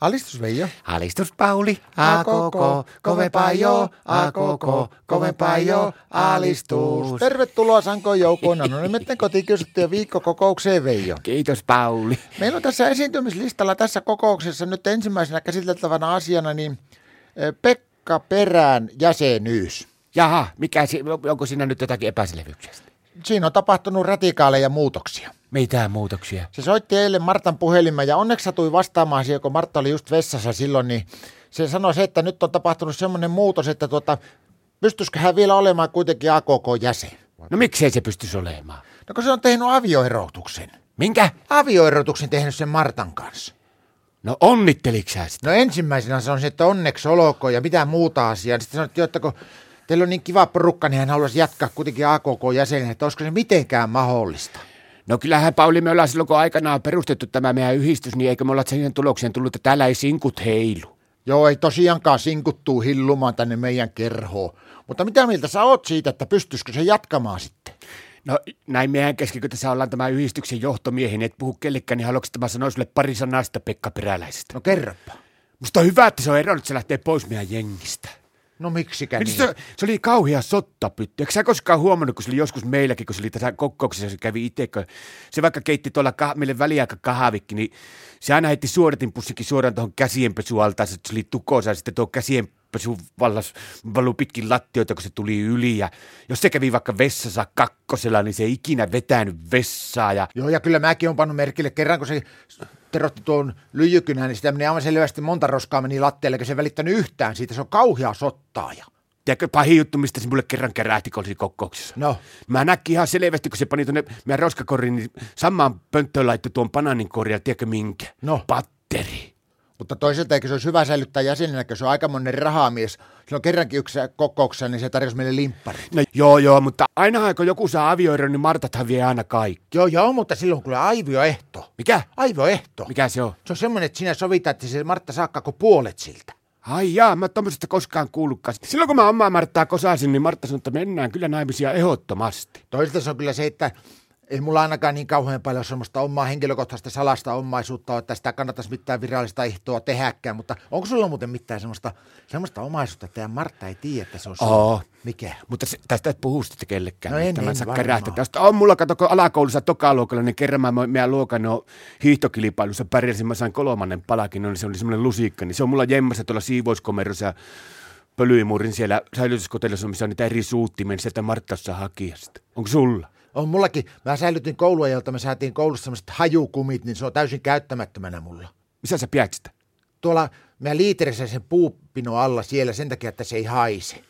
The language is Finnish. Alistus Veijo. Alistus Pauli, a koko, kovempaa jo, a koko, kovempaa jo, alistus. Tervetuloa Sankoon joukkoon. No niin, miten kotikysyttyä viikkokokoukseen Veijo. Kiitos Pauli. Meillä on tässä esiintymislistalla tässä kokouksessa nyt ensimmäisenä käsiteltävänä asiana niin eh, Pekka Perään jäsenyys. Jaha, mikä, si- onko siinä nyt jotakin epäselvyyksiä? Siinä on tapahtunut radikaaleja muutoksia. Mitä muutoksia? Se soitti eilen Martan puhelimen ja onneksi satui vastaamaan siihen, kun Martta oli just vessassa silloin, niin se sanoi se, että nyt on tapahtunut semmoinen muutos, että tuota, pystyisikö hän vielä olemaan kuitenkin AKK-jäsen. No miksei se pystyisi olemaan? No kun se on tehnyt avioerotuksen. Minkä? Avioerotuksen tehnyt sen Martan kanssa. No onnitteliksä sitä? No ensimmäisenä se on se, että onneksi olkoon ja mitä muuta asiaa. Sitten sanottiin, että kun teillä on niin kiva porukka, niin hän haluaisi jatkaa kuitenkin AKK-jäsenenä, että olisiko se mitenkään mahdollista. No kyllähän Pauli, me ollaan silloin kun aikanaan perustettu tämä meidän yhdistys, niin eikö me olla siihen tulokseen tullut, että täällä ei sinkut heilu? Joo, ei tosiaankaan sinkuttuu hillumaan tänne meidän kerhoon. Mutta mitä mieltä sä oot siitä, että pystyisikö se jatkamaan sitten? No näin meidän kesken, kun tässä ollaan tämä yhdistyksen johtomiehen, et puhu kellekään, niin haluatko tämä sanoa sulle pari sanaa sitä Pekka Peräläisestä? No kerropa. Musta on hyvä, että se on eronnut, että se lähtee pois meidän jengistä. No miksikä Niin. niin? Se, se, oli kauhea sottapyttö. Eikö sä koskaan huomannut, kun se oli joskus meilläkin, kun se oli tässä kokouksessa, se kävi itse, kun se vaikka keitti tuolla kah- meille väliaika kahvikki, niin se aina heitti suodatin pussikin suoraan tuohon käsienpesualtaan, että se oli tukossa ja sitten tuo käsienpesu vallas, valuu pitkin lattioita, kun se tuli yli. Ja jos se kävi vaikka vessassa kakkosella, niin se ei ikinä vetänyt vessaa ja Joo, ja kyllä mäkin on pannut merkille kerran, kun se terotti tuon lyijykynän, niin sitä meni aivan selvästi monta roskaa meni lattialle, eikä se välittänyt yhtään siitä. Se on kauhea sottaaja. Tiedätkö, pahin juttu, mistä se mulle kerran kärähti, kun oli kokouksessa. No. Mä näkin ihan selvästi, kun se pani tuonne meidän roskakoriin, niin samaan pönttöön laittoi tuon bananinkorin ja tiedätkö minkä? No. Patteri. Mutta toisaalta eikö se olisi hyvä säilyttää jäsenenä, kun se on aikamoinen rahamies. Silloin kerrankin yksi kokouksessa, niin se tarjosi meille limppari. No joo joo, mutta aina kun joku saa avioiron, niin Martathan vie aina kaikki. Joo, joo, mutta silloin kyllä aivioehto. Mikä? Aivoehto. Mikä se on? Se on semmoinen, että sinä sovitaan, että se Martta saakkaako puolet siltä. Ai jaa, mä oon tommosesta koskaan kuullutkaan. Silloin kun mä omaa Marttaa kosasin, niin Martta sanoi, että mennään kyllä naimisia ehdottomasti. Toisaalta se on kyllä se, että ei mulla ainakaan niin kauhean paljon semmoista omaa henkilökohtaista salasta omaisuutta ole, että sitä kannattaisi mitään virallista ehtoa tehdäkään, mutta onko sulla muuten mitään semmoista, semmoista omaisuutta, että tää Martta ei tiedä, että se on sulla? Oo. Mikä? Mutta se, tästä et puhu sitten kellekään. niin No en, Tämä en saa varmaan. kärähtää. Tästä on mulla, kato, kun alakoulussa tokaluokalla, niin kerran mä meidän luokan no, hiihtokilpailussa pärjäsin, mä sain kolmannen palakin, niin se oli semmoinen lusikka, niin se on mulla jemmassa tuolla siivouskomerossa ja pölyimurin siellä säilytyskotelossa, missä on niitä eri suuttimia, niin sieltä Marttassa hakia sitä. Onko sulla? On mullakin. Mä säilytin kouluajalta, me saatiin koulussa semmoiset hajukumit, niin se on täysin käyttämättömänä mulla. Missä sä pidät sitä? Tuolla mä liiterissä sen puupino alla siellä sen takia, että se ei haise.